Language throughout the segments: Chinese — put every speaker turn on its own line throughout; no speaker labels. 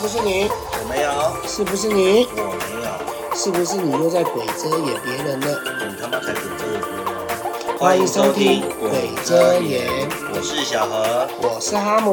不是你？
我没有，
是不是你？
我没有，
是不是你又在鬼遮掩别人了？
你他妈才鬼遮眼！
欢迎收听鬼遮眼
我是小何。
我是哈姆，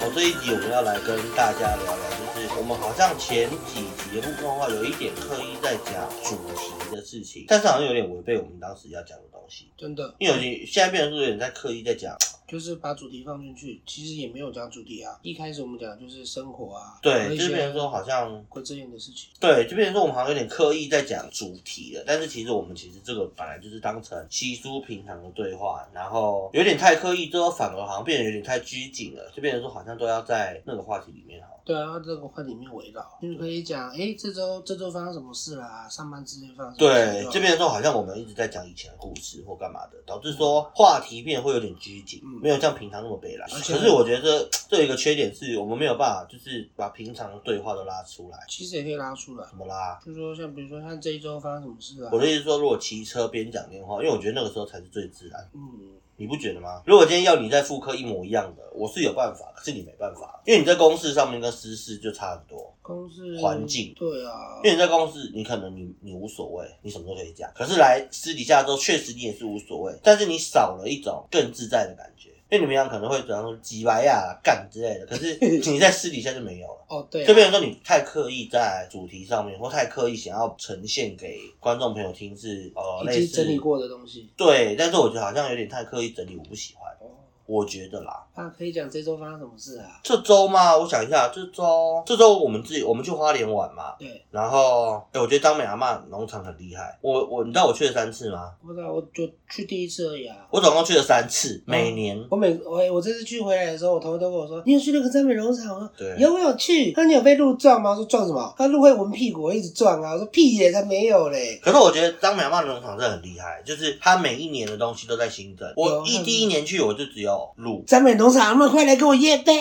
我这一集我们要来跟大家聊聊，就是我们好像前几集的部分的话，有一点刻意在讲主题的事情，但是好像有点违背我们当时要讲的东西，
真的
因为有点现在变成是有点在刻意在讲，
就是把主题放进去，其实也没有讲主题啊。一开始我们讲的就是生活啊，和
对，
一
就是变成
些
说好像
鬼遮眼的事情。
对，就变成说我们好像有点刻意在讲主题了，但是其实我们其实这个本来就是当成稀疏平常的对话，然后有点太刻意，之后反而好像变得有点太拘谨了，就变成说好像都要在那个话题里面好。
对啊，这个话里面围绕，就是可以讲，哎，这周这周发生什么事啦、上班之类发生什么事
对
啊，
这边说好像我们一直在讲以前的故事或干嘛的，导致说话题变得会有点拘谨，
嗯
没有像平常那么悲凉。
而且
可是我觉得这这有一个缺点是我们没有办法，就是把平常的对话都拉出来，
其实也可以拉出来，
怎么拉？
就说像比如说像这一周发生什么事啊
我，的意思说，如果骑车边讲电话，因为我觉得那个时候才是最自然。
嗯，
你不觉得吗？如果今天要你在复刻一模一样的，我是有办法，可是你没办法，因为你在公事上面跟私事就差很多。
公司
环境
对啊，
因为你在公司，你可能你你无所谓，你什么都可以讲。可是来私底下之后，确实你也是无所谓，但是你少了一种更自在的感觉。因为你们俩可能会怎样说几白呀、啦干之类的，可 是你在私底下就没有了。
哦对、啊，
就变成说你太刻意在主题上面，或太刻意想要呈现给观众朋友听是呃
已
类
经
似
整理过的东西。
对，但是我觉得好像有点太刻意整理，我不喜欢。
哦，
我觉得啦，
那可以讲这周发生什么事啊？
这周吗？我想一下，这周这周我们自己我们去花莲玩嘛，
对，
然后哎、我觉得张美阿嬷农场很厉害。我我你知道我去了三次吗？
不知道，我就去第一次而已啊。
我总共去了三次，每年、
我每我我这次去回来的时候，我同学都跟我说：“你有去那个赞美农场吗？”
对
有没有去？他说：“你有被鹿撞吗？”我说：“撞什么？”他说：“鹿会闻屁股，我一直撞啊。”我说：“屁耶，才没有嘞。
可是我觉得张美阿嬷农场真的很厉害，就是它每一年的东西都在新增。我
有
一
嗯
第一年去我就只有鹿”，
赞美农场，他们快来跟我夜背。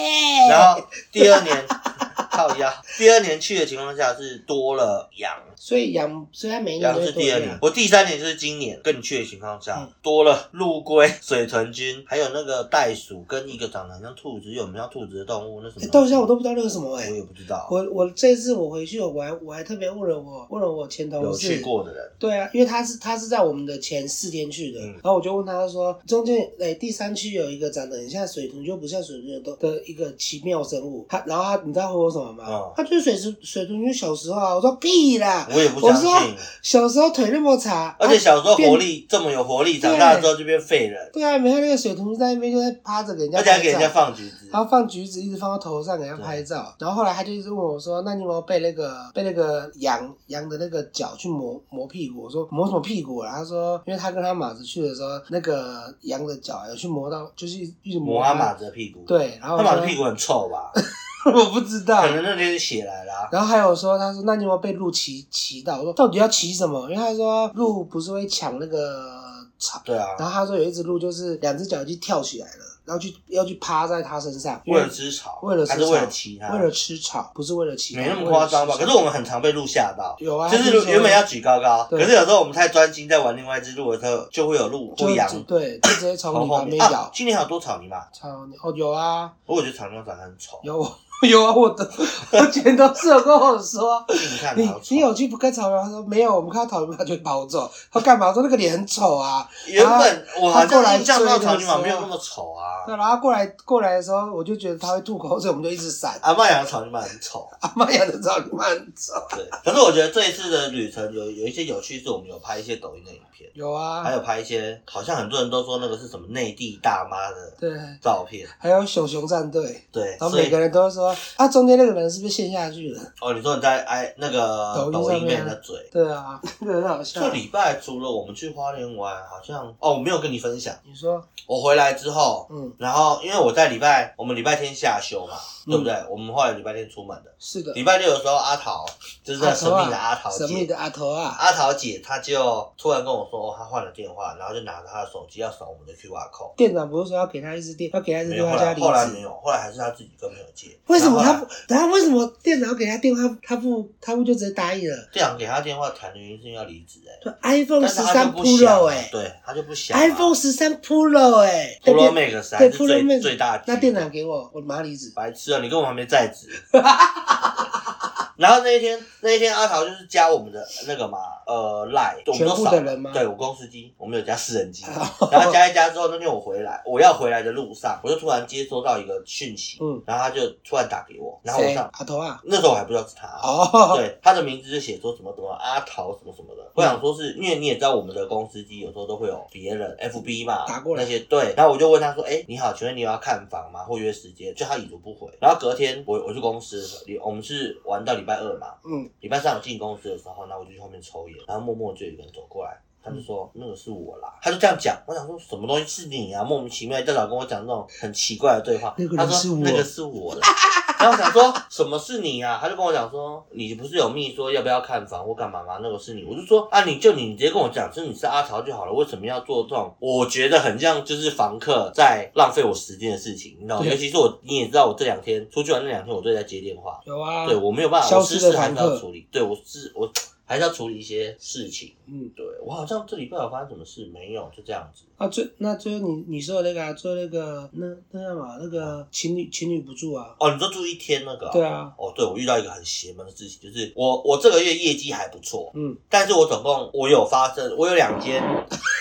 然后第二年 靠鸭，第二年去的情况下是多了羊，
所以羊，所以它每一年
羊
都
是
会啊多
第二
一
年
样，。
我第三年就是今年跟你去的情况下，
嗯
多了陆龟、 水豚菌，还有那个袋鼠跟一个长得很像兔子又很像兔子的动物，那什么？
哎到现在我都不知道那个什么哎、
我也不知道，
我我这次我回去，我还我还特别问了我问了我前同
有
事，
去过的人，
对啊，因为他是他是在我们的前四天去的，
嗯
然后我就问他说，中间诶、哎第三区有一个长得很像水豚，又不像水豚的呃的一个奇妙生物，他然后他你知道他回我什么吗？
嗯
他就是水豚水豚就小时候啊，我说屁啦，
我也不
我
相
说
信。
小时候腿那么长，
而且
啊
小时候
变
活力这么有活力，长大
对
之后就变废人，
对啊，没看那个水豚就在那边就在趴着给人家
而且还给人家
拍照。
放橘子
然。后放橘子，一直放到头上给他拍照。然后后来他就一直问我说：“那你有没有被那个被那个羊羊的那个脚去磨磨屁股？”我说：“磨什么屁股啊？”他说：“因为他跟他马子去的时候，那个羊的脚有去磨到，就是一直
摩
他
阿马。子的屁股，”，
对，然后
他
我
马
说
的屁股很臭吧？
我不知道
可。能那天血来啊啦。
然后还有说，他说：“那你有没有被鹿骑骑到？”我说：“到底要骑什么？”因为他说鹿不是会抢那个草，
对啊，
然后他说有一只鹿就是两只脚已经跳起来了，然后去要去趴在他身上，因
为了吃草，
为了吃
还是为
草
了其他，
为了吃草，不是为了其他，
啊没那么夸张吧？
为了吃
可是
草
我们很常被鹿吓到，
有啊，
就是原本要举高高，
对
可是有时候我们太专心在玩另外一只鹿的时候，就会有鹿
就
或羊
就对，就直接从
从
你
后
旁边
面。
咬
啊，今年还有多草泥马？
草你哦，有啊，
我觉得草泥马长得很丑，
有 我有啊，我的我全都是有跟我说。
你看
你
好丑
你。有去不跟草原？他说没有，我们看到草原他就会跑走。他干嘛？我说那个脸很丑啊。
原本我好
他过来
像印象到
追的
草泥马
时候
没有那么丑啊
对，。然后过来过来的时候，我就觉得他会吐口水，我们就一直闪。
阿嬷养的草泥马很丑，
阿妈养的草原很丑。
对。可是我觉得这一次的旅程有有一些有趣，是我们有拍一些抖音的影片，
有啊，
还有拍一些好像很多人都说那个是什么内地大妈的
对，
照片，
还有熊熊战队，
对。
然后
所以
每个人都说啊，中间那个人是不是陷下去了？
哦，你说你在哎那个
抖
抖
音上面啊
音被人家嘴。
对啊，那个很好笑
这。礼拜除了我们去花莲玩，好像哦，我没有跟你分享。
你说，
我回来之后，
嗯，
然后因为我在礼拜我们礼拜天下休嘛，
嗯
对不对？我们后来礼拜天出门的，
是的，
礼拜六的时候，阿桃就是那神秘的阿桃
神秘
姐，
的阿头啊，
阿桃姐她就突然跟我说，哦，她换了电话，然后就拿着她的手机要扫我们的 QR code。
店长不是说要给他一支电，要给他一支
没
电
有，
话
后
叫
来
他
后来
离
没
职？
有，后来还是她自己跟朋友借。
为什么他
然
不
后后来？
等下为什么店长给他电话，他不他不就直接答应了？
店长给她电话谈的原因是因为要离职哎、
对，iPhone
但
十
是她就
三
不想
Pro
啊
哎
对，她就不想啊、
，iPhone 十三 Pro 哎，那
Pro
店
Max 还
对
是
Pro
最
Max
最大机
那店长给我，我马上离职。
白痴啊！你跟我还没在职， 然后那一天，那一天阿桃就是加我们的那个嘛，呃，赖，我们
全
都
部
少
的人吗哦
对，我公司机，我们有加私人机， 然后加一加之后，那天我回来，我要回来的路上，我就突然接收到一个讯息，
嗯，
然后他就突然打给我，然后我
谁
上
阿头啊？
那时候我还不知道是他，
哦，
对，他的名字就写说什么什么阿桃什么什么的。我想说是因为你也知道我们的公司机有时候都会有别人 FB 嘛，
嗯打过来
那些对，然后我就问他说，哎、你好，请问你有要看房吗？或约时间？就他已读不回。然后隔天我我去公司，礼我们是玩到礼拜二嘛，
嗯，
礼拜三我进公司的时候，那我就去后面抽烟，然后默默就有一个人走过来。他就说
嗯
那个是我啦，他就这样讲。我想说什么东西是你啊？莫名其妙一大早跟我讲这种很奇怪的对话。
那个人
他说
是我
那个是我啦， 然后我想说什么是你啊？他就跟我讲说，你不是有密说要不要看房或干嘛吗？那个是你，我就说啊，你就你，你直接跟我讲，就是你是阿潮就好了，为什么要做这种？我觉得很像就是房客在浪费我时间的事情，你知道吗？
对
尤其是我，你也知道我这两天出去玩那两天，我都在接电话，
有啊，
对我没有办法，
消
我
失
私
的
事还是
房客
要处理，对我是我还是要处理一些事情。
嗯，
对我好像这礼拜有发生什么事没有，就这样子。
啊，最那最后你你说的那个啊，最后那个那那叫什么？啊那
啊
个情侣情侣不住啊？
哦，你说住一天那个、
对。啊，
哦，对，我遇到一个很邪门的事情，就是我我这个月业绩还不错，
嗯，
但是我总共我有发生，我有两间，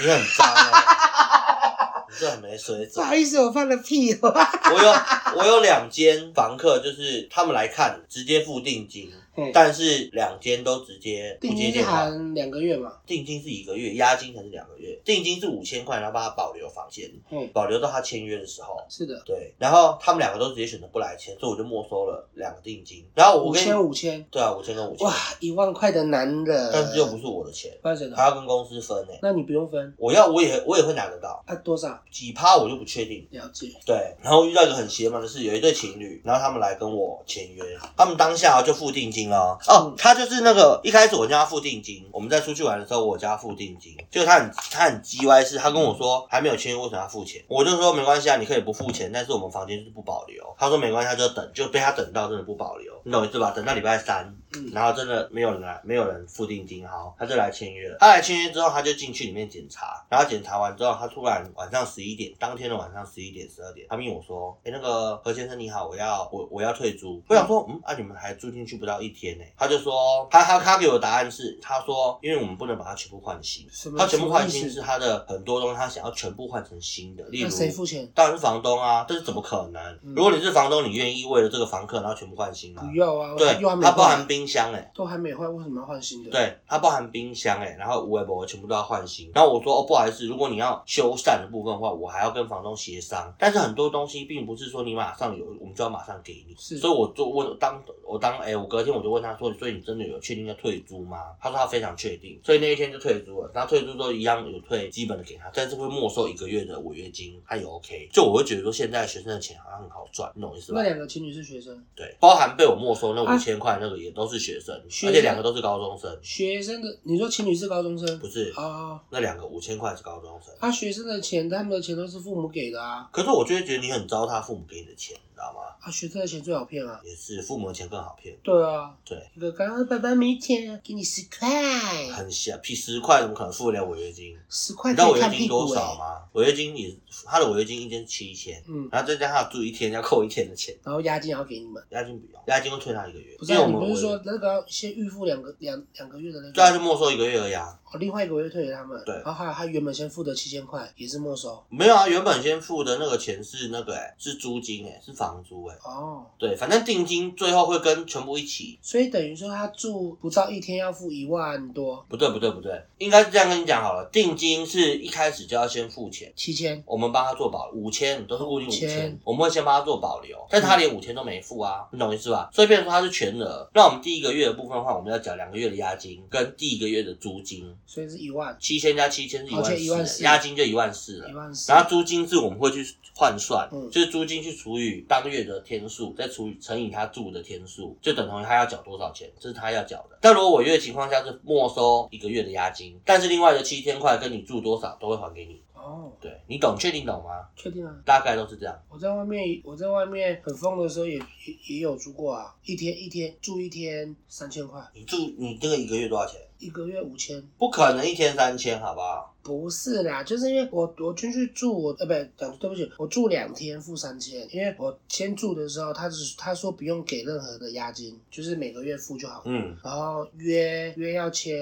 你很脏哎、 你这很没水
不
准。
好意思，我放了屁哦。
我有我有两间房客，就是他们来看直接付定金，
嘿
但是两间都直接不
定
接
金是
电话。
含两个月嘛？
定金是一个月，押金才是两个月，定金是五千块，然后帮他保留房间，
嗯，
保留到他签约的时候。
是的，
对，然后他们两个都直接选择不来签，所以我就没收了两个定金。然后我
五
跟你
千五千，
对啊，五千跟五千
哇，，一万块的男人，
但是又不是我的钱，
八千的，
还要跟公司分呢、欸
那你不用分，
我要我也我也会拿得到，
啊多少？
几趴我就不确定。
了解，
对，然后遇到一个很邪门的是，有一对情侣，然后他们来跟我签约，他们当下就付定金了。哦
嗯，
他就是那个一开始我叫他付定金，我们在出去玩的时候我叫他付定金，就他很他很叽歪是，他跟我说还没有签约为什么要付钱？我就说没关系啊，你可以不付钱，但是我们房间就是不保留。他说没关系，他就等，就被他等到真的不保留，你懂意思吧？等到礼拜三，
嗯
然后真的没有人来，没有人付定金，好，他就来签
嗯
约了。他来签约之后，他就进去里面检查，然后检查完之后，他突然晚上十一点，当天的晚上十一点、十二点，他命我说：“哎、那个何先生你好，我要我我要退租。”我想说，嗯，啊，你们还住进去不到一天呢、他就说，他他他给我答案是，他说，因为我们不能把它全部换新，
什么？
他全部换
什么
新
意思
是他的很多东西，他想要全部换成新的，例如
那嗯谁付钱？
当然是房东啊，这是怎么可能？
嗯
如果你是房东，你愿意为了这个房客然后全部换新吗？
不要啊，
对，
又还没
它包含
换，
冰箱哎、
都还没换，为什么要换新的？，
对，它包含冰箱哎、然后无微博全部都要换新。然后我说哦，不好意思，如果你要修缮的部分的话，我还要跟房东协商。但是很多东西并不是说你马上有，我们就要马上给你。
是
所以我就问当我当哎、我隔天我就问他说，所以你真的有确定要退租吗？他说他非常确定，所以那一天就退租了。然后退租之后一样有退基本的给他，但是会没收一个月的违约金，他也 OK。就我会觉得说现在学生的钱好像很好赚，你懂我意思吧
那？两个情侣是学生，
对，包含被我没收那
啊
五千块那个也都是学生，
学
而且
生
两个都是高中生，
学生的，你说情侣是高中生？
不是、
哦，
那两个五千块是高中生。
他学生的钱，他们的钱都是父母给的啊，
可是我就会觉得你很糟蹋父母给你的钱，你知道吗？
啊，学生的钱最好骗啊。
也是父母的钱更好骗，
对啊，
对，
一个刚刚爸爸没钱，给你十块，
很小，屁十块怎么可能付得了违约金？
十
你
块
知道
可以
违约
看
金
屁股
多
哎、
少吗？违约金也，他的违约金一间七千，
嗯，
然后再加上他住一天要扣一天的钱，
然后押金还要给你们。
押金不用，押金会退他一个月，
不是
因为
啊、
我
你
们
不是
违
说那个要先预付两个两两个月的那
对啊，就
个，
没收一个月而已啊。
哦，另外一个月退给他们，
对
然后还有他原本先付的七千块也是没收，
没有啊，原本先付的那个钱是那个、欸，是租金哎、是房租哎、
哦，
对，反正定金最后会跟全部一起。
所以等于说他住不到一天要付一万多，
不对，不对，不对，应该是这样跟你讲好了。定金是一开始就要先付钱，
七千，
我们帮他做保五千，都是固定五千
5000，
我们会先帮他做保留，但是他连五千都没付啊，你懂我意思吧？所以变成说他是全额。那我们第一个月的部分的话，我们要缴两个月的押金跟第一个月的租金，
所以是一万
七千加七千是一
哦
万
就
四，
14,000
押金就一万四了
一。万四，
啊然后租金是我们会去换算，
嗯
就是租金去除以当月的天数，再除以乘以他住的天数，就等同于他要缴多少钱，这是他要缴的。但如果违约的情况下是没收一个月的押金，但是另外的七千块跟你住多少都会还给你。
哦哦，
对你懂，确定懂吗？
确定啊？
大概都是这样。
我在外面，我在外面很疯的时候也也也有住过啊，一天一天住一天三千块，
你住你这个一个月多少钱？
一个月五千。
不可能一天三千，好不好？
不是啦，就是因为我我进去住，我呃不讲对不起，我住两天付三千，因为我先住的时候，他只他说不用给任何的押金，就是每个月付就好了。
嗯，
然后约约要签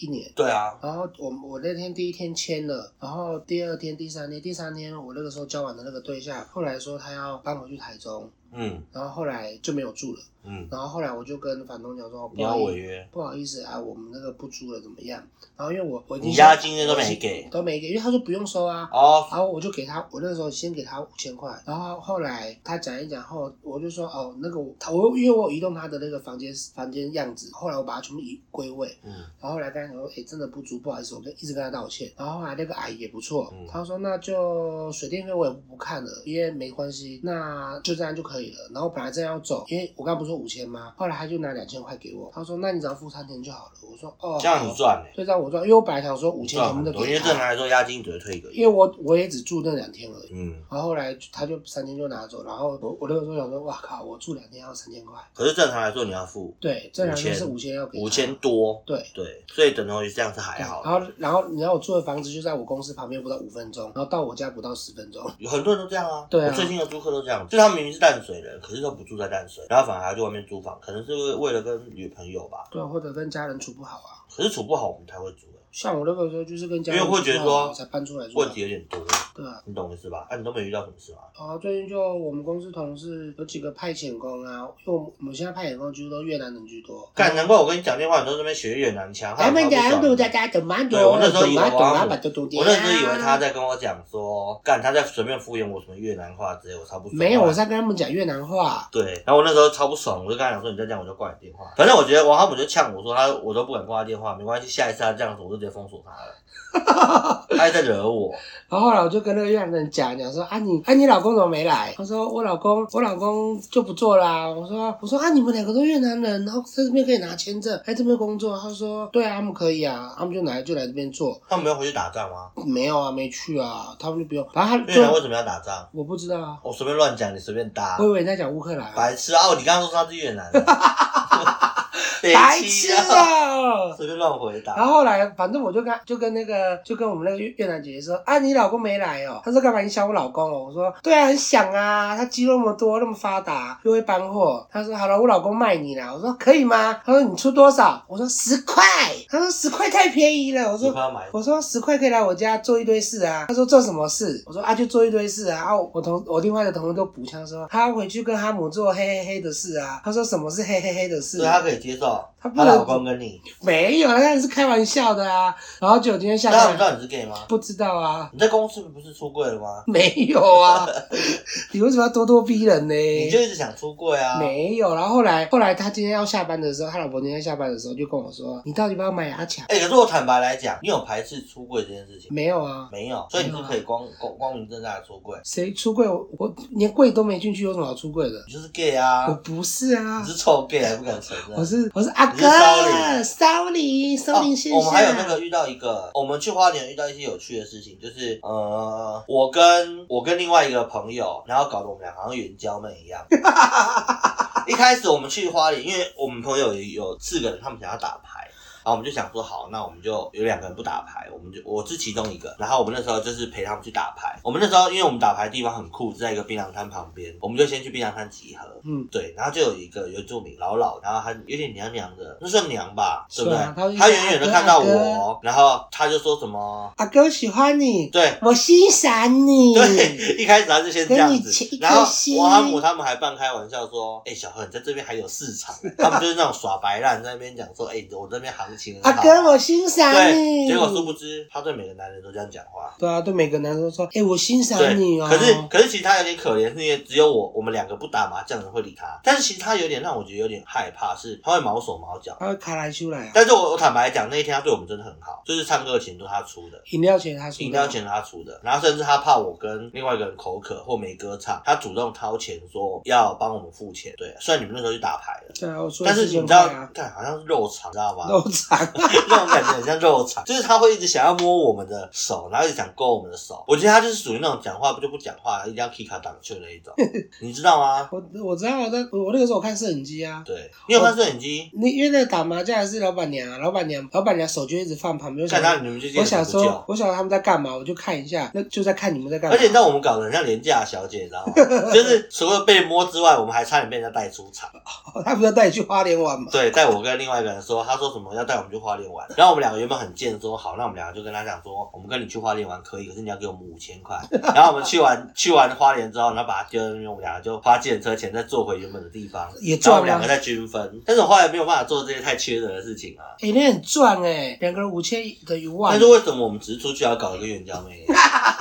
一年，
对啊，
然后我我那天第一天签了，然后第二天、第三天、第三天我那个时候交往的那个对象，后来说他要搬回去台中，
嗯
然后后来就没有住了，
嗯，
然后后来我就跟房东讲说，
你
不
要
好
违
意思，
约，
不好意思啊，我们那个不租了怎么样？然后因为我我已经
你押金那都没给
都没给，因为他说不用收啊，
哦，
然后我就给他，我那时候先给他五千块，然后后来他讲一讲后，我就说哦，那个我他我因为我有移动他的那个房间房间样子，后来我把它全部移归位，
嗯
然后后来跟他讲说，哎、真的不足，不好意思，我跟一直跟他道歉。然后后来那个阿姨也不错，
嗯
她说那就水电费我也不看了，因为没关系，那就这样就可以了。然后本来正要走，因为我刚不是说五千吗？后来他就拿两千块给我，他说那你只要付三千就好了。我说哦，
这样你
好
赚嘞，
对，让我赚，因为我本来想说五千
赚
全
很
部都
多，因
给
为正常
他，
来说押金只会退一个
因
月，
为我我也只住那两天而已。
嗯，
然后后来他就三千就拿走，然后我我那个时候想说，哇靠，我住两天要三千块，
可是正常来说你要付
对，正常就是
5000
五千要给他
五千，多，
对，
对，所以等同于这样是还好
嗯然
的。
后，然后你知道我住的房子就在我公司旁边，不到五分钟，然后到我家不到十分钟。
有很多人都这样啊，
对啊
我最近的租客都这样，就他明明是淡水人，可是都不住在淡水，然后反而还去外面租房，可能是为为了跟女朋友吧，
对啊，或者跟家人处不好啊。
可是处不好我们才会租、欸，
像我那个时候就是跟家人
因为会觉得
处不好啊
说
才搬出来住啊。
问题有点多，
对啊。
你懂我意思吧？啊，你都没遇到什么事吗？
然后最近就我们公司同事有几个派遣工啊，因为我们我们现在派遣工几乎都越南人居多。哎
干，难怪我跟你讲电话，你都在那边学越南腔。
咱们
害
讲
我超不
都
爽
在家怎么
对我那时候以
怎
为
么怎
我
么
要
把这东西。
我那时候以为
啊
他在跟我讲说，干，他在随便敷衍我什么越南话之类，我超不爽。
没有，我在跟他们讲越南话。
对，然后我那时候超不爽，我就跟他讲说，你再这样我就挂你电话。反正我觉得王浩姆就呛我说他，我都不敢挂他电话，没关系，下一次他这样子我就直接封锁他了。 他还在惹我，
然后后来我就跟那个越南人讲讲说啊你啊你老公怎么没来？他说我老公我老公就不做啦、我说我说啊你们两个都越南人，然后在这边可以拿签证，在这边工作。他说对啊，他们可以啊，他们就来就来这边做。
他们没有回去打仗吗？
没有啊，没去啊，他们就不用。然后他
越南为
就
什么要打仗？
啊我不知道啊，
我随便乱讲，你随便搭
我。以为你在讲乌克兰、啊，
白痴啊！哦你刚刚说他是越 南人，
白
北
痴
七啊！
啊！
随便乱回答。
然后后来，反正我就跟就跟那个就跟我们那个越越南姐姐说啊，你老公没来哦。她说干嘛？你想我老公哦？我说对啊，很想啊，他肌肉那么多，那么发达，又会搬货。她说好了，我老公卖你啦。我说可以吗？她说你出多少？我说十块。她说十块太便宜了。我
你
说
快要买，
我说十块可以来我家做一堆事啊。他说做什么事？我说啊，就做一堆事啊。啊，我我同我另外的同事都补枪说，他要回去跟哈姆做黑黑黑的事啊。他说什么是黑黑黑的事啊
所以？他可以接受
他不
她
能
啊老公跟你。
没有，那是开玩笑的啊。然后就今天下
那他们知
班，
道你是 gay 吗？
不知道啊，
你在公司不是出柜了吗？
没有啊。你为什么要咄咄逼人呢？
你就一直想出柜啊？
没有，然后后来后来他今天要下班的时候，他老婆今天下班的时候就跟我说：“你到底要不要买牙卡
哎、可是我坦白来讲，你有排斥出柜这件事？”情
没有啊，
没有？所以你是可以光光光明正大的出柜，
谁出柜？我我连柜都没进去，有什么好出柜的？
你就是 gay
我
啊，
不是啊，
你是臭 gay 还不敢承认。
我是我是阿
你是
哥，骚灵
哦
骚灵先生。
我们还有那个遇到一个，我们去花莲遇到一些有趣的事情，就是呃，我跟我跟另外一个朋友，然后搞得我们俩好像援交妹一样。一开始我们去花莲，因为我们朋友有四个人，他们想要打牌。然后我们就想说，好，那我们就有两个人不打牌，我们就我是其中一个。然后我们那时候就是陪他们去打牌。我们那时候因为我们打牌的地方很酷，是在一个槟榔摊旁边，我们就先去槟榔摊集合。
嗯，
对，然后就有一个原住民老老，然后他有点娘娘的，那算娘吧，对不对？
是啊他就一直
他远远的看到
阿哥啊
我，然后他就说什么，
阿哥喜欢你，
对。
我欣赏你。
对，一开始他是先这样
跟你切
子
一，颗
然后
心
王阿姆他们还半开玩笑说：“哎、小何，你在这边还有市场、
啊
他们就是那种耍白烂，在那边讲说：“哎、我这边行情很
阿
好。”啊
哥我欣赏
对，
你。
结果殊不知他对每个男人都这样讲话。
对啊，对每个男生都说，哎、我欣赏
对
你哦。，
可是可是其实他有点可怜，是因为只有我我们两个不打麻将的会理他，但是其实他有点让我觉得有点害怕，是他会毛手毛脚。
他会卡来修来啊，
但是我我坦白讲，那一天他对我们真的很好，就是唱歌的钱都是他出的，
饮料钱他啊说
饮料钱他出的，然后甚至他怕我跟另外一个人口渴或没歌唱，他主动掏钱说要帮我们付钱。对，虽然你们那时候去打牌了，
对啊，我说
但是你
4000
知道
块啊，，
看好像是肉肠，知道吗？
肉肠
那种感觉很像肉肠， 就是他会一直想要摸我们的手，然后一直想勾我们的手。我觉得他就是属于那种讲话不就不讲话，一定要 k 卡挡球的那一 种，你知道吗？
我我知道，我在我那个时候我看摄影机啊，
对，你有看摄影机？
那因为那个打麻将还是老板娘啊，老板娘老板娘手就一直放旁边，我
看
想
到你们就见
我想
不
说
救。
我想他们在干嘛，我就看一下，那就在看你们在干嘛。
而且你知道我们搞得很像廉价小姐，你知道吗？就是除了被摸之外，我们还差点被人家带出场。
他不是带你去花莲玩吗？
对，带我跟另外一个人说，他说什么要带我们去花莲玩，然后我们两个原本很贱，说好，那我们两个就跟他讲说，我们跟你去花莲玩可以，可是你要给我们五千块。然后我们去完去完花莲之后，然后把它丢在那边，我们两个就花计程车钱再坐回原本的地方，
也
然后我
赚
们两
啊
个！再均分。但是我后来没有办法做这些太缺德的事情啊。
哎、那很赚哎、两个人五千等于
但
万
是。为什么我们只是出去要搞一个援交妹？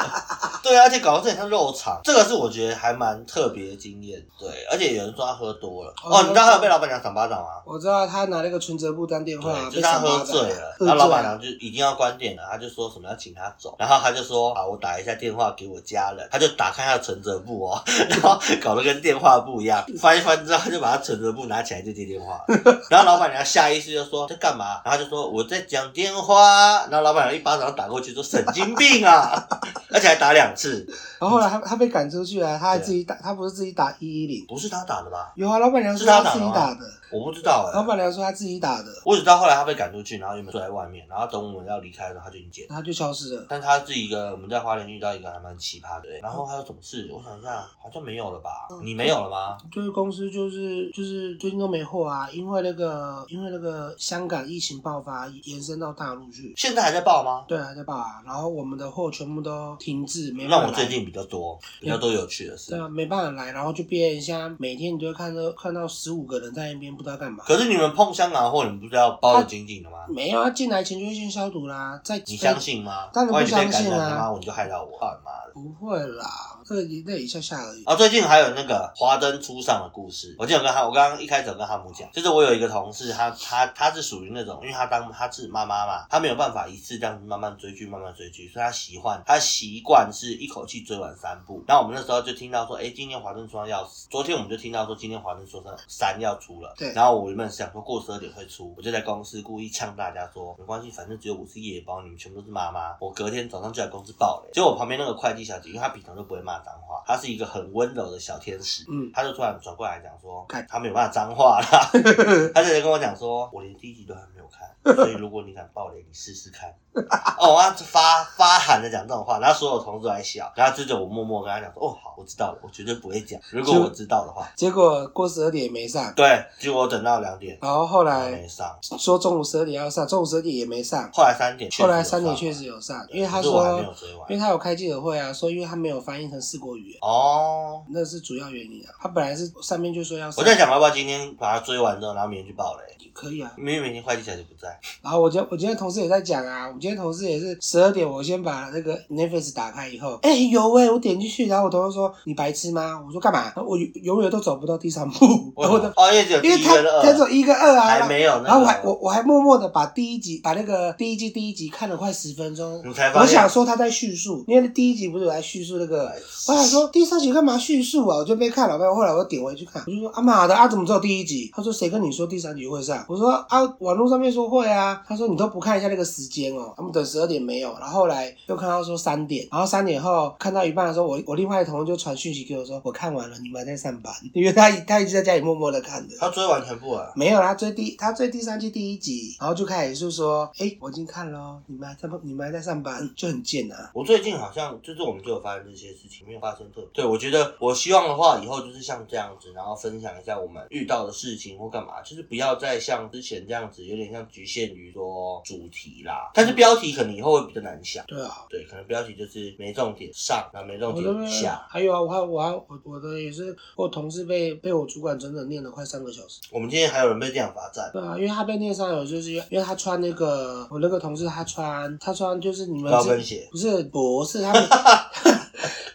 对啊，而且搞得这很像肉场，这个是我觉得还蛮特别的经验。对，而且有人说他喝多了，
哦
哦，你知道他有被老板娘赏巴掌吗？
我知道他拿那个存折簿当电话，啊被
对，就是他
赏
喝
巴
醉
掌
了，
喝
然后老板
醉
娘就一定要关店了，他就说什么要请他走，然后他就说好，我打一下电话给我家人，他就打开他的存折簿哦， 然后搞得跟电话簿一样，翻一翻之后他就把他存折簿拿起来就接电话， 然后老板娘下意识就说在干嘛，然后他就说我在讲电话，然后老板娘一巴掌打过去说神经病啊， 而且还打两次，
然后后来
嗯
他他被赶出去啊了，他还自己打，他不是自己打一一零？
不是他打的吧？
有啊，老板娘
是
说
他
自己
打
打的，
我不知道哎、
老板娘说他自己打的，
我只知道后来他被赶出去，然后原本坐在外面，然后等我们要离开的时候他就已经接
他就消失了。
但他是一个我们在花莲遇到一个还蛮奇葩的人，然后还有什么事？我想一下，好像没有了吧？
嗯
你没有了吗？
就是公司就是就是最近都没货啊，因为那个因为那个香港疫情爆发延伸到大陆去，
现在还在报吗？
对啊，在爆啊，然后我们的货全部都停滞，没
那
办
我
法
最
来。
近比较多，比较多有趣的
对
事。
啊，没办法来，然后就变一下，每天你就会看到看到十五个人在那边不知道干嘛。
可是你们碰香港货，你们不是要包的紧紧的吗？
没有啊，进来前就会先消毒啦，再
你相信吗？
当然不
万一被
相
感
信
染他
啊
妈我你就害到我，操你妈的！
不会啦，这个一那一下下而已。
啊，最近还有那个华灯初上的故事，我记得我跟他，我刚刚一开始有跟哈姆讲，就是我有一个同事，他他他是属于那种，因为他当他是妈妈嘛，他没有办法一次这样子慢慢追剧，慢慢追剧，所以他习惯他习惯是一口气追完三部。然后我们那时候就听到说，哎、今天华灯初上要，昨天我们就听到说今天华灯初上三要出了，
对
然后我原本是想说过十二点会出，我就在公司故意呛大家说，没关系，反正只有我是夜猫，你们全部都是妈妈，我隔天早上就来公司报了。结果我旁边那个会计小姐，因为她平常都不会骂脏话，她是一个很温柔的小天使，
嗯，
他就突然转过来讲说
看，
他没有办法脏话啦， 他就跟我讲说，我连第一集都还没有看，所以如果你敢爆雷，你试试看。哦，他发发喊的讲这种话，然后所有同事都在笑，然后接着我默默跟他讲说，哦，好，我知道了，我绝对不会讲，如果
就
我知道的话，
结果过十二点也没上，
对，结果我等到两点，
然后后
然后
来
没上，
说中午十二点要上，中午十二点也没上，
后来三点，
后来三点确实，有上，因为他
可是我还
说
没有追完
因为，他有开记者会啊，说因为他没有翻译成四国语言，
哦。
那是主要原因啊。他本来是上面就说要
我
上，
在想，要不要今天把它追完之后，然后明天去爆雷？
可以啊。
因为明天会计小姐不在，
然后我今我今天同事也在讲啊，我今天同事也是十二点，我先把那个 Netflix 打开以后，哎、有哎、我点进去，然后我同事说你白痴吗？我说干嘛？我永永远都走不到第三步，
为什
我
么
的，
哦，因为只有
因为
第一
他
跟
他只
二，
有一个二啊，
还没有那个。
然后我还我我还默默的把第一集把那个第一季第一集看了快十分钟，
嗯你才发
我
现哎
想说他在叙述，因为第一集不是有在叙述那个，我想说第三集干嘛叙述啊？我就被看了，后来我点回去看，我就说啊妈的啊怎么只有第一集？他说谁跟你说第三集会上？我说啊网络上面说会啊，他说你都不看一下那个时间哦，他们等十二点没有，然后后来又看到说三点，然后三点后看到一半的时候，我我另外一同事就传讯息给我说我看完了，你们还在上班，因为他他一直在家里默默的看的。
他追完全部啊了。
没有啦，追第他追第三季第一集，然后就开始就说，哎、我已经看喽，你们还在你们还在上班，就很贱啊。
我最近好像就是我们就有发生这些事情，没有发生特别。对，我觉得我希望的话，以后就是像这样子，然后分享一下我们遇到的事情或干嘛，就是不要再像之前这样子，有点像局限于说主题啦。但
嗯
是标题可能以后会比较难想，
对啊，
对，可能标题就是没重点上，然后没重
我这边
点下。
还有啊，我还我还我我的也是，我同事被被我主管整整念了快三个小时。
我们今天还有人被这样罚站，
对啊，因为他被念三个小时，就是因为因为他穿那个我那个同事他穿他穿就是你们
高
是
跟鞋
不是不是他们。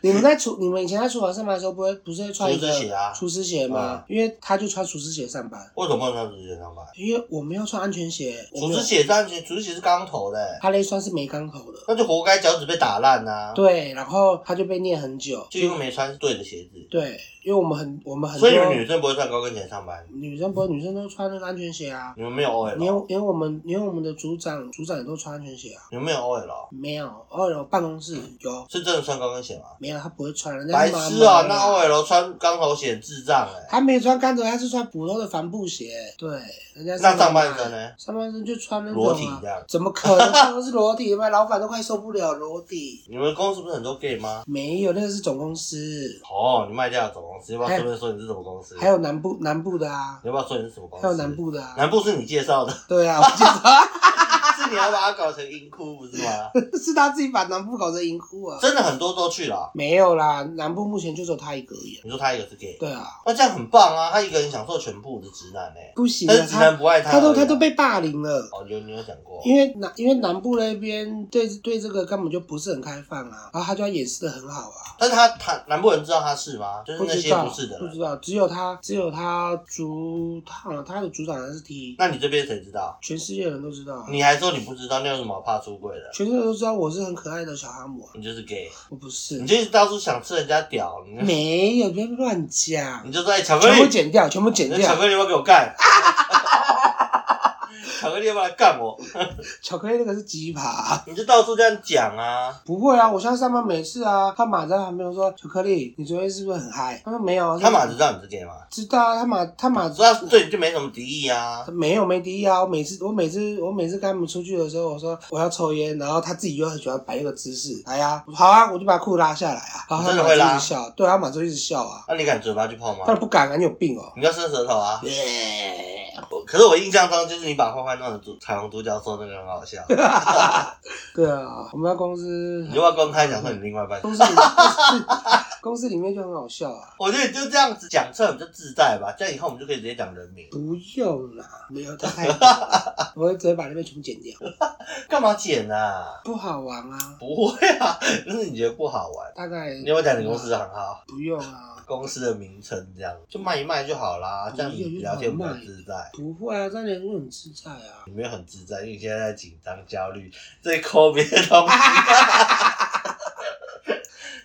你们在厨，你们以前在厨房上班的时候，不会不是会穿一个
厨师鞋啊
厨师鞋吗？因为他就穿厨师鞋上班，
为什么不能穿厨师鞋上班？
因为我们要穿安全鞋，我
厨
没有
师鞋上去，厨师鞋是钢头的、欸，
他那一双是没钢头的，
那就活该脚趾被打烂呐、啊。，
对，然后他就被念很久，
就因为没穿对的鞋子。
对，因为我们很我们很多
所以你们女生不会穿高跟鞋上班，
女生不会，女生都穿那个安全鞋啊，
你们没有 OL，
连连我们连我们的组长组长也都穿安全鞋啊，
你们没有 OL，
没有，二楼办公室有。
是真的穿高跟鞋吗？
没有，他不会穿，人家
白
是妈
痴
妈
啊、
的
那 OL 穿钢头鞋很智障哎、
他没穿干头，他是穿普通的帆布鞋。对，人家是
那上
妈妈
半身呢？
上半身就穿那种、啊、
裸体这样
怎么可能？他们是裸体吗？老板都快受不了裸体。
你们公司不是很多 gay 吗？
没有，那个是总公司，
哦，你卖掉了总公司，要不要
还
顺便说你是什么公司？
还有南部南部的啊，
你要不要说你哦是什么公司？
还有南，部的啊。
南部是你介绍的，
对啊，我记得
是你要把它搞成银窟不是吗？
是他自己把南部搞成银窟啊。
真的很多都去了啊、
没有啦，南部目前就只有他一个而已啊。
你说他一个是 gay，
对啊，
那这样很棒啊，他一个人享受全部的直男呢、欸
不行
但
啊，
是直男
他
不爱
他
而已
都
啊
他都被霸凌了。
哦，有你有讲过，
因为南因为南部那边对对这个根本就不是很开放啊，然后他就要掩饰的很好啊。
但是他他南部人知道他是吗？就是
不
那
知
些
道，
不是的
不知
人。
道，只有他，只有他组，他好像他的组长还是 T，
那你这边谁知道？
全世界的人都知道啊，
你还说你不知道，那有什么好怕出柜的？
全世界都知道我是很可爱的小哈姆啊，
你就是 gay，
我不是
你，就是到处想吃人家屌，你就
没有，不要乱讲
你，就说哎巧克
全部
力，
剪掉，全部剪
你的巧
掉，
克力要不要给我干？ 巧克力要不要来干我？
巧克力那个是鸡扒。
你就到处这样讲啊！
不会啊，我现在上班没事啊。他马在旁边说：“巧克力，你昨天是不是很嗨？”他说：“没有。”啊
他马知道你是 gay 吗？
知道啊，他马他马
知道对你就没什么敌意啊。
没有没敌意啊！我每次我每次我每次跟他们出去的时候，我说我要抽烟，然后他自己又很喜欢摆那个姿势，来呀、好啊，我就把裤拉下来啊，然后他
真的
马
会
上
拉
一直笑，对，他马上一直笑啊，
那你敢嘴巴去碰吗
但？不敢啊，你有病哦、
你要伸舌头啊！我可是我印象中，就是你把坏坏弄成独彩虹独角兽那个很好笑，
对啊，我们在公司
你就要公开讲说你另外一半。
公司里公司公司里面就很好笑啊，
我觉得你就这样子讲出来比较自在吧，这样以后我们就可以直接讲人名，
不用啦，没有他 太多了，我会直接把那边全部剪掉，
干嘛剪啊？
不好玩啊，
不会啊，那是你觉得不好玩。
大概
你有没有讲你公司的行号？
不用啊。
公司的名称这样就卖一卖就好啦，这样你聊天比较自在。
不会啊，这样你很自在啊。
你没有很自在，因为你现在在紧张、焦虑，在抠别的东西，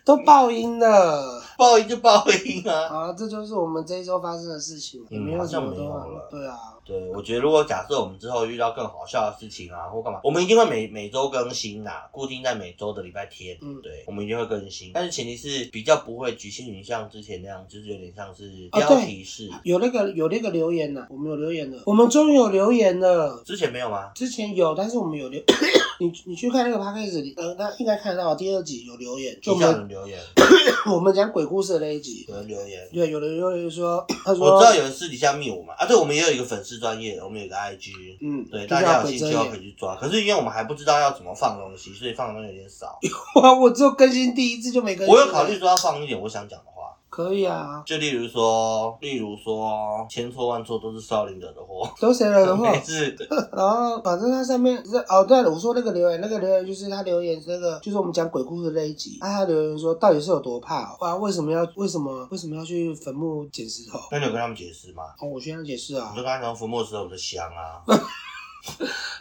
都爆音了
报应就报应啊。
啊！这就是我们这一周发生的事情，也没有什么
嗯好像没
多
有
好
了
对啊，
对，我觉得如果假设我们之后遇到更好笑的事情啊，或干嘛，我们一定会每每周更新啦，固定在每周的礼拜天。
嗯
对，我们一定会更新，但是前提是比较不会局限于像之前那样，就是有点像是
哦
标
对
题式。
有那个有那个留言啊呐、我们有留言的，我们终于有留言了。
之前没有吗？
之前有，但是我们有留， 你你去看那个 p a c k a g e 呃，那应该看得到第二集有留言，就
就
我
有
们
人留言，
我们讲鬼故事的那一集，
有人留言。
对，有人留言说， 他说
我知道有人私底下密我嘛，啊，对，我们也有一个粉丝专业，我们有一个 IG，
嗯，
对，
就
大
叫
家有
鬼
兴
遮
趣要可以
眼。
去抓。可是因为我们还不知道要怎么放东西，所以放的东西有点少。
哇，我只有更新第一次就没更新。
我有考虑，说要放一点我想讲的话，
可以啊，
就例如说，例如说，千错万错都是少林惹的祸。
都谁惹的祸？
每次
然后反正他上面是哦，对了，我说那个留言，那个留言就是他留言那个，就是我们讲鬼故事那一集，啊，他留言说到底是有多怕、哦哇，为什么要为什么为什么要去坟墓捡石头？
那你有跟他们解释吗？
哦，我先解释
我
啊
就，跟他讲，福莫石头的香啊，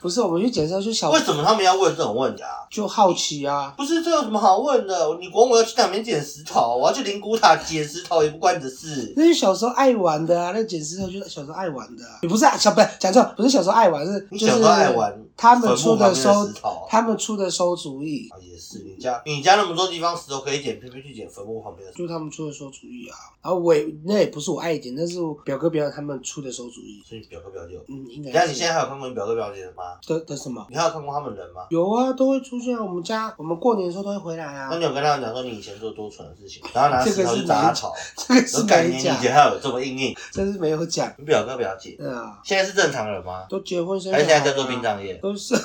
不是我们去捡石头就小
为什么他们要问这种问题啊？
就好奇啊，
不是这有什么好问的？你管我要去哪边捡石头，我要去灵骨塔捡石头也不关你的事。
那是小时候爱玩的啊，那捡石头就是小时候爱玩的、啊，也不是啊，小不是讲错，不是小时候爱玩，是
你
就
小
是
时候爱玩
他
坟
们
墓
出
旁
的
边
馊
的石头，
他们出的馊主意，
啊，也是你家你家那么多地方石头可以捡，偏偏去捡坟墓旁边的石头。
就他们出的馊主意啊，然后我也那也不是我爱捡，那是我表哥表姐他们出的馊主意，
所以表哥表姐有。
嗯，应该是。
那你现在还有看过你表哥表姐的吗？
的的什么？
你还有看过他们人吗？
有啊，都会出现啊。我们家我们过年的时候都会回来
那
啊。
你有跟他们讲说你以前做多蠢的事情，然后拿石头去砸头，
这个是
我感觉
没
你
讲
以，前还有这么硬硬。
这是没有讲。
你表哥表姐
对啊，
现在是正常人吗？啊
都结婚生小
还
孩、
是
啊，
现在在做殡葬业？
都是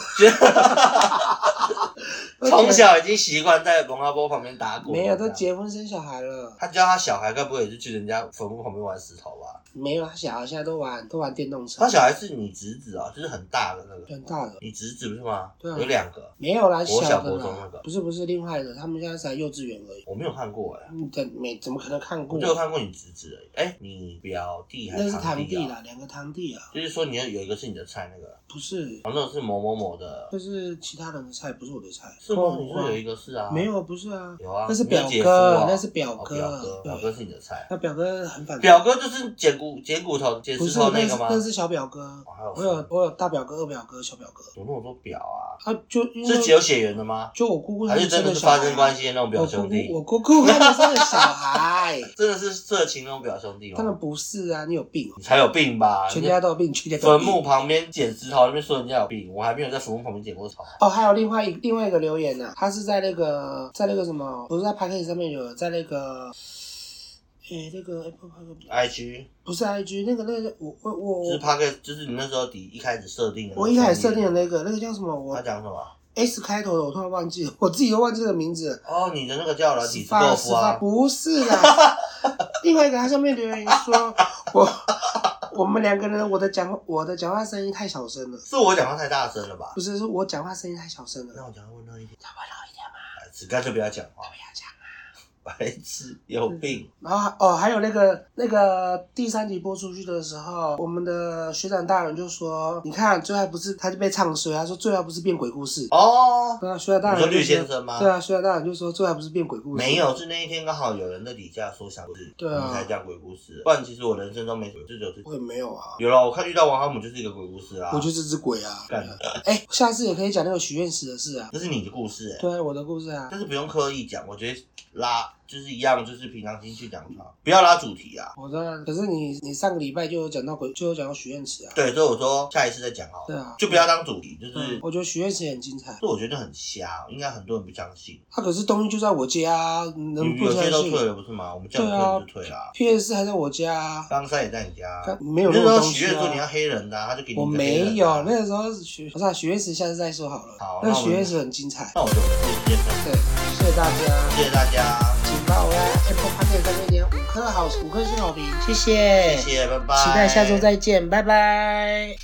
从小已啊经习惯在蒙阿波旁边打滚。
没有，都结婚生小孩了，
他教他小孩，该不会也是去人家坟墓旁边玩石头吧？
没有，他啊小孩现在都玩都玩电动车
他，小孩是你侄子啊，就是很大的那个，
很大的。
你侄子不是吗？
对啊
有两个，
没有啦，
国小
小的
国中那
啦
个，
不是不是另外的，他们现在才幼稚园而已。
我没有看过哎、
你怎没怎么可能看
我
过
只？有看过你侄子而已。哎、你表弟还
那是堂
弟
弟
啊？
啦，两个堂弟啊，
就是说你要有一个是你的菜，那个
不是，
哦，那个是某某某的，
这是其他人的菜，不是我的菜。
是
哦
吗？你说有一个是啊？
没有，不是啊，
有啊，
那是
你有
表
姐夫
哥
啊
那是表
哦
哥
表哥，
对
表哥是你的菜。
那表哥很反
表哥就是捡骨捡骨头捡
不
石
是
头
那
个
是
吗？
那是小表哥
哦还有，
我
分
有我有大表哥、二表哥、小表哥
有那么多表啊？
啊，就因
是
为
只有血缘的吗？
就我姑姑他
还
们
是真
生
的
的
是
小孩
发生关系的那种表
我姑
兄
姑
弟？
我姑姑他们生的小 孩，
真的是色情那种表兄弟
当然
吗？
不是啊，你有病哦
你，才有病吧！
全家都有病，全家
你
都有
坟
病。
墓旁边捡石头，那边说人家有病，我还没有在坟墓旁边捡过草。
哦，还有另外一另外一个留言呢、啊他是在那个在那个什么，不是在 p a c k a g e 上面有，在那个，诶、那个 Apple p a c k a g e
IG
不是 IG 那个那个我我
就
我
是 p a c k 就是你那时候第一开始设定的。
我一开始设定的那个那个叫什么，我
他讲什么？
S 开头的我突然忘记了，我自己都忘记这个名字了。
哦，你的那个叫了
十
体脂
八
豆
十
腐
八
啊？
不是啦，另外一个他上面留言说，我我们两个人我的讲话我的讲话声音太小声了，
是我讲话太大声了吧？
不是是我讲话声音太小声了，
那我讲话温柔一点，哎
稍微老一点吧，
白痴，干脆不要讲
不，
话
要讲。啊
白痴有病。
然后还哦，还有那个那个第三集播出去的时候，我们的学长大人就说：“你看，最后还不是他就被唱衰，他说最后还不是变鬼故事。”
哦，
对啊，学长大人就
你说绿先生吗
对啊，学长大人就说最后还不是变鬼故事。
没，有，是那一天刚好有人在底下说想故事，
对啊
我们才讲鬼故事。不然其实我人生都没什么，就只有这
我也没有啊，
有了。我看遇到王哈姆就是一个鬼故事啊，
我就是只鬼啊。
干
哎、下次也可以讲那个许愿石的事啊。
这是你的故事哎、
对啊，我的故事啊。
但是不用刻意讲，我觉得拉就是一样，就是平常心去讲它，不要拉主题啊。
我的，可是你你上个礼拜就有讲到鬼，就有讲到许愿池啊。
对，所以我说下一次再讲好
对
了，
啊，
就不要当主题，就是
嗯。我觉得许愿池也很精彩，
这我觉得很瞎，应该很多人不相信。
他、可是东西就在我家啊，能不
有些
相
都
信
退了不是吗？我们叫你
对啊
退你就退啦、
？PS 还在我家啊。
冈山也在你家、
他
啊。
没有
你
那种
那时候
东
许
西、
愿说你
啊
要。黑人的、啊，他就给你一个
我
黑人
没
的啊
有，那个时候许不是、啊、许愿池，下次再说好了。
好
那
那我
许
们
愿池很精彩。
那我就直接分
对，谢谢大家，
谢谢大家，
请帮我在 Apple p o c a s t 上面点五颗好五颗星好评，谢谢。
谢谢，拜拜，
期待下周再见，拜拜。